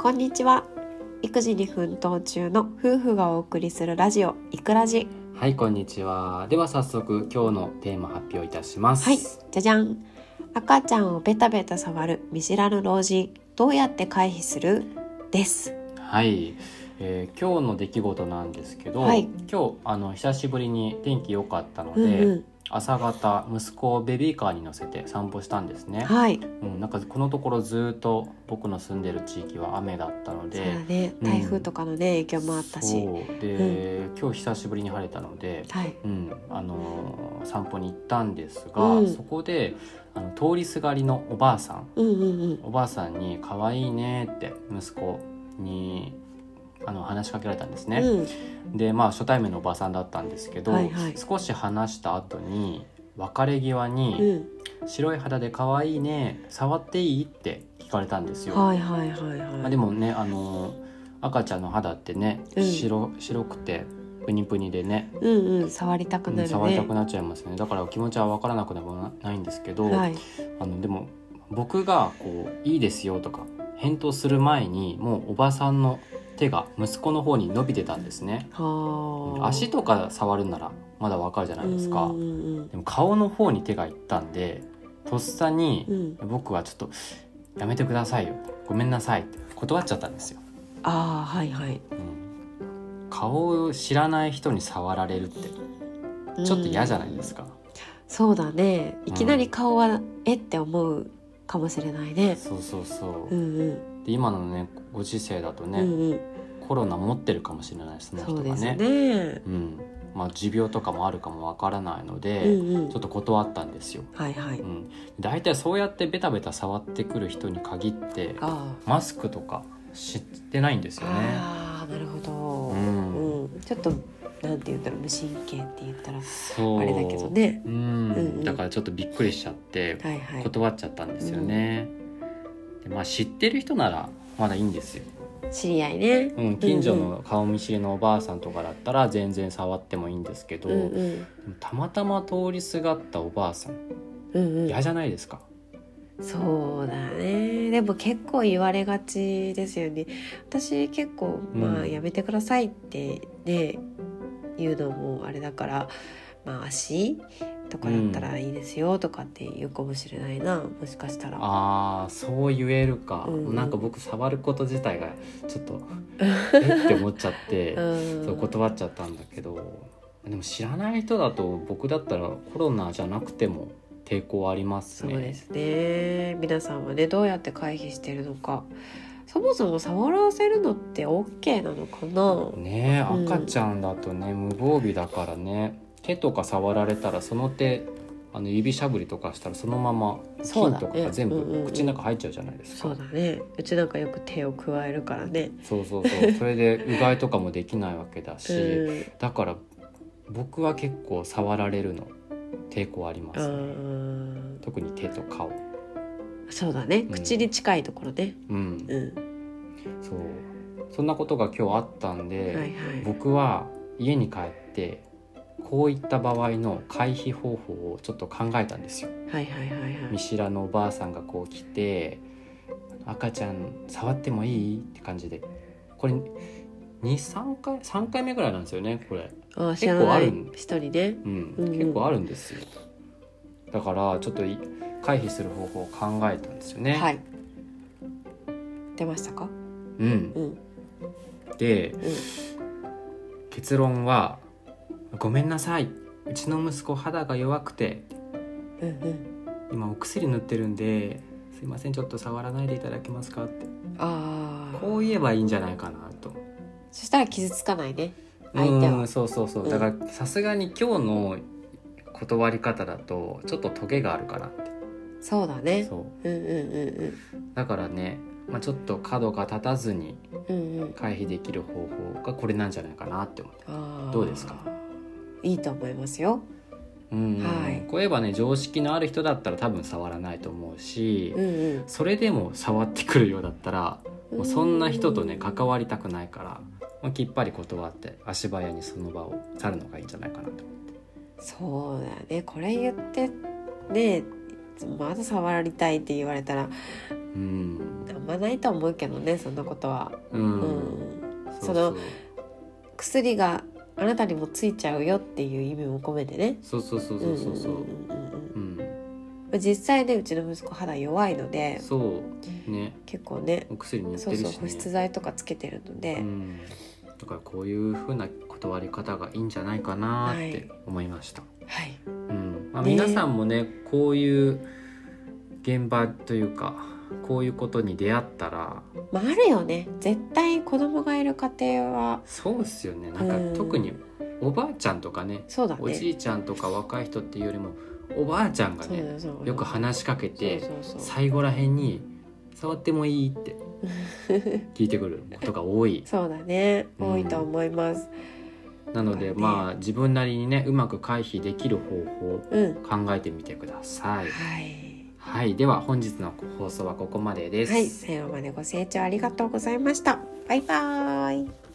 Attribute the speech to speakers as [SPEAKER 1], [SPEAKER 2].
[SPEAKER 1] こんにちは育児に奮闘中の夫婦がお送りするラジオいくラジ
[SPEAKER 2] はいこんにちはでは早速今日のテーマ発表いたします
[SPEAKER 1] はいじゃじゃん赤ちゃんをベタベタ触る見知らぬ老人どうやって回避するです
[SPEAKER 2] はいえー今日の出来事なんですけど、
[SPEAKER 1] はい
[SPEAKER 2] 今日あの久しぶりに天気良かったので、
[SPEAKER 1] うんう
[SPEAKER 2] 朝方息子をベビーカーに乗せて散歩したんです
[SPEAKER 1] ん
[SPEAKER 2] ね、
[SPEAKER 1] はい
[SPEAKER 2] うん、なんかこのところずっと僕の住んでる地域は雨だったの
[SPEAKER 1] そう
[SPEAKER 2] で
[SPEAKER 1] だね
[SPEAKER 2] うん
[SPEAKER 1] 台風とかのね、影響もあったし
[SPEAKER 2] そうで、今日久しぶりに晴れたので、
[SPEAKER 1] はい
[SPEAKER 2] うん、あのー散歩に行ったんですが、
[SPEAKER 1] うん
[SPEAKER 2] そこであの通りすがりのおばあさん
[SPEAKER 1] うんうんうん
[SPEAKER 2] おばあさんに「可愛いね」って息子にあの話しかけられたんですね。
[SPEAKER 1] うん
[SPEAKER 2] でまあ初対面のおばあさんだったんですけど、
[SPEAKER 1] はいはい
[SPEAKER 2] 少し話した後に別れ際
[SPEAKER 1] う
[SPEAKER 2] に
[SPEAKER 1] ん
[SPEAKER 2] 「白い肌で可愛いね触っていい?」って聞かれたんですよ。
[SPEAKER 1] はいはいはいはい、
[SPEAKER 2] まあ、でもねあのー赤ちゃんの肌ってね
[SPEAKER 1] うん
[SPEAKER 2] 白白くてプニプニでね
[SPEAKER 1] うんうん触りたくなるね、
[SPEAKER 2] うん触りたくなっちゃいますよねだから気持ちは分からなくなもなないんですけど、
[SPEAKER 1] はい
[SPEAKER 2] あのでも僕がこう「いいですよ」とか返答する前にもうおばさんの手が息子の方に伸びてたんですね
[SPEAKER 1] はあ
[SPEAKER 2] 足とか触るならまだ分かるじゃないですか、
[SPEAKER 1] うんうんうん
[SPEAKER 2] でも顔の方に手がいったんでとっさ
[SPEAKER 1] う
[SPEAKER 2] に
[SPEAKER 1] ん、
[SPEAKER 2] 僕はちょっと「やめてくださいよごめんなさい」って断っちゃったんですよ、
[SPEAKER 1] ああはいはい
[SPEAKER 2] うん顔を知らない人に触られるってちょっと嫌じゃないですか、
[SPEAKER 1] そうだね
[SPEAKER 2] う
[SPEAKER 1] い
[SPEAKER 2] ん
[SPEAKER 1] きなり顔は、えって思うかもしれないね
[SPEAKER 2] そうそうそ
[SPEAKER 1] う
[SPEAKER 2] う、
[SPEAKER 1] んうん、
[SPEAKER 2] で今のねご時世だとね、
[SPEAKER 1] うんうん
[SPEAKER 2] コロナ持ってるかもしれないその人
[SPEAKER 1] そう
[SPEAKER 2] が
[SPEAKER 1] ですね
[SPEAKER 2] ねうんまあ、持病とかもあるかもわからないの
[SPEAKER 1] う
[SPEAKER 2] で、
[SPEAKER 1] んうん
[SPEAKER 2] ちょっと断ったんですよ、
[SPEAKER 1] はいはい
[SPEAKER 2] うん、大体そうやってベタベタ触ってくる人に限って
[SPEAKER 1] あ
[SPEAKER 2] マスクとか知ってないんです
[SPEAKER 1] あ、
[SPEAKER 2] よね。
[SPEAKER 1] ああなるほ
[SPEAKER 2] う
[SPEAKER 1] ど、う
[SPEAKER 2] ん
[SPEAKER 1] んちょっとなんて言うんだろう無神経って言ったら
[SPEAKER 2] そう
[SPEAKER 1] あれだけどね
[SPEAKER 2] うん
[SPEAKER 1] うん
[SPEAKER 2] だからちょっとびっくりしちゃって
[SPEAKER 1] はいはい
[SPEAKER 2] 断っちゃったんですよね。でまあ、知ってる人ならまだいいんですよ、
[SPEAKER 1] 知り合いね
[SPEAKER 2] うん、近所の顔見知りのおばあさんとかだったら全然触ってもいいんですけど、
[SPEAKER 1] うんうん
[SPEAKER 2] たまたま通りすがったおばあさん
[SPEAKER 1] うんう
[SPEAKER 2] 嫌じゃないですか、
[SPEAKER 1] ん、そうだねでも結構言われがちですよね私結構「
[SPEAKER 2] うん
[SPEAKER 1] まあ、やめてください」ってね言うのもあれだから「まあ、足とかだったらいいですよ」とかって言うかもしれないなもしかしたら。
[SPEAKER 2] ああそう言えるか、
[SPEAKER 1] うん
[SPEAKER 2] なんか僕触ること自体がちょ っとえって思っちゃって、
[SPEAKER 1] うん
[SPEAKER 2] そう断っちゃったんだけどでも知らない人だと僕だったらコロナじゃなくても抵抗あります
[SPEAKER 1] そう
[SPEAKER 2] ね
[SPEAKER 1] ですね皆さんはねどうやって回避してるのかそもそも触らせるのって OK なのかな
[SPEAKER 2] ねえ
[SPEAKER 1] うん
[SPEAKER 2] 赤ちゃんだとね、無防備だからね手とか触られたらその手あの指しゃぶりとかしたらそのまま
[SPEAKER 1] そうだね
[SPEAKER 2] 菌とかが全
[SPEAKER 1] うんうんう
[SPEAKER 2] 部
[SPEAKER 1] ん
[SPEAKER 2] 口の中入っちゃうじゃないです
[SPEAKER 1] そ
[SPEAKER 2] か、
[SPEAKER 1] うだねうちなんかよく手を加えるからね、
[SPEAKER 2] そうそうそうそれでうがいとかもできないわけだし、
[SPEAKER 1] うん、
[SPEAKER 2] だから僕は結構触られるの抵抗ありま
[SPEAKER 1] う
[SPEAKER 2] すね、
[SPEAKER 1] ん
[SPEAKER 2] 特に手と顔
[SPEAKER 1] そうだね
[SPEAKER 2] ん
[SPEAKER 1] 口に近いところね
[SPEAKER 2] うん、
[SPEAKER 1] うん、
[SPEAKER 2] そうそんなことが今日あったんで、
[SPEAKER 1] はいはい
[SPEAKER 2] 僕は家に帰ってこういった場合の回避方法をちょっと考えたんですよ
[SPEAKER 1] はいはいはいは
[SPEAKER 2] 見
[SPEAKER 1] い
[SPEAKER 2] 知らぬおばあさんがこう来て「赤ちゃん触ってもいい?」って感じでこれ23回3回目ぐらいなんですよねこれ
[SPEAKER 1] あ知
[SPEAKER 2] 結
[SPEAKER 1] ら
[SPEAKER 2] 構
[SPEAKER 1] な
[SPEAKER 2] ある
[SPEAKER 1] い人にね
[SPEAKER 2] うん、
[SPEAKER 1] うん
[SPEAKER 2] 結構あるんですよだからちょっとい回避する方法を考えたんですよね、
[SPEAKER 1] はい出ましたか
[SPEAKER 2] うん
[SPEAKER 1] う、ん
[SPEAKER 2] で
[SPEAKER 1] うん
[SPEAKER 2] 結論は「ごめんなさいうちの息子肌が弱くて
[SPEAKER 1] うん
[SPEAKER 2] 今お薬塗ってるんですいませんちょっと触らないでいただけますか」って
[SPEAKER 1] うんああ
[SPEAKER 2] こう言えばいいんじゃないかなと。
[SPEAKER 1] そしたら傷つかないね相手は
[SPEAKER 2] うんそうそうそう、
[SPEAKER 1] うん
[SPEAKER 2] だからさすがに今日の断り方だとちょっとトゲがあるかなって
[SPEAKER 1] そうだね
[SPEAKER 2] そう
[SPEAKER 1] うんうんうん
[SPEAKER 2] だからね、まあ、ちょっと角が立たずに
[SPEAKER 1] うんうんうん
[SPEAKER 2] 回避できる方法がこれなんじゃないかなって思って、
[SPEAKER 1] あー
[SPEAKER 2] どうですか
[SPEAKER 1] いいと思いますよ
[SPEAKER 2] うん
[SPEAKER 1] はい
[SPEAKER 2] こういえばね常識のある人だったら多分触らないと思うし、
[SPEAKER 1] うん
[SPEAKER 2] それでも触ってくるようだったら
[SPEAKER 1] う
[SPEAKER 2] も
[SPEAKER 1] ん
[SPEAKER 2] うそんな人とね関わりたくないから、まあ、きっぱり断って足早にその場を去るのがいいんじゃないかなと
[SPEAKER 1] そうだよねこれ言ってねまだ触りたいって言われたら
[SPEAKER 2] うん
[SPEAKER 1] あんまないとは思うけどねそんなことは、
[SPEAKER 2] う、
[SPEAKER 1] うんん、
[SPEAKER 2] そうそう
[SPEAKER 1] 薬があなたにもついちゃうよっていう意味も込めてね
[SPEAKER 2] そうそうそう
[SPEAKER 1] う
[SPEAKER 2] そ
[SPEAKER 1] ん
[SPEAKER 2] うそうそう
[SPEAKER 1] うんうんうん
[SPEAKER 2] うん
[SPEAKER 1] うん実際ねうちの息子肌弱いので
[SPEAKER 2] そうね
[SPEAKER 1] 結構ね
[SPEAKER 2] お薬塗って
[SPEAKER 1] そう
[SPEAKER 2] るし
[SPEAKER 1] そう
[SPEAKER 2] ね
[SPEAKER 1] 保湿剤とかつけてるので、
[SPEAKER 2] うん、だからこういう風な断り方がいいんじゃないかな
[SPEAKER 1] は
[SPEAKER 2] って
[SPEAKER 1] い
[SPEAKER 2] 思いました、
[SPEAKER 1] はい
[SPEAKER 2] うんまあ、
[SPEAKER 1] ね
[SPEAKER 2] 皆さんもねこういう現場というかこういうことに出会ったら
[SPEAKER 1] まああるよね絶対子供がいる家庭は
[SPEAKER 2] そうですよねなんか
[SPEAKER 1] うん
[SPEAKER 2] 特におばあちゃんとかね
[SPEAKER 1] そうだね
[SPEAKER 2] おじいちゃんとか若い人っていうよりもおばあちゃんが
[SPEAKER 1] そう
[SPEAKER 2] ね
[SPEAKER 1] だそうだ
[SPEAKER 2] よく話しかけて
[SPEAKER 1] そうそうそう
[SPEAKER 2] 最後らへんに「触ってもい い?」って聞いてくることが多い
[SPEAKER 1] そうだね
[SPEAKER 2] うん
[SPEAKER 1] 多いと思います
[SPEAKER 2] なので
[SPEAKER 1] そうだね
[SPEAKER 2] まあ自分なりにねうまく回避できる方法を
[SPEAKER 1] うん、
[SPEAKER 2] 考えてみてください
[SPEAKER 1] はい
[SPEAKER 2] はいでは本日の放送はここまでです、
[SPEAKER 1] はい、最後までご清聴ありがとうございました。バイバーイ。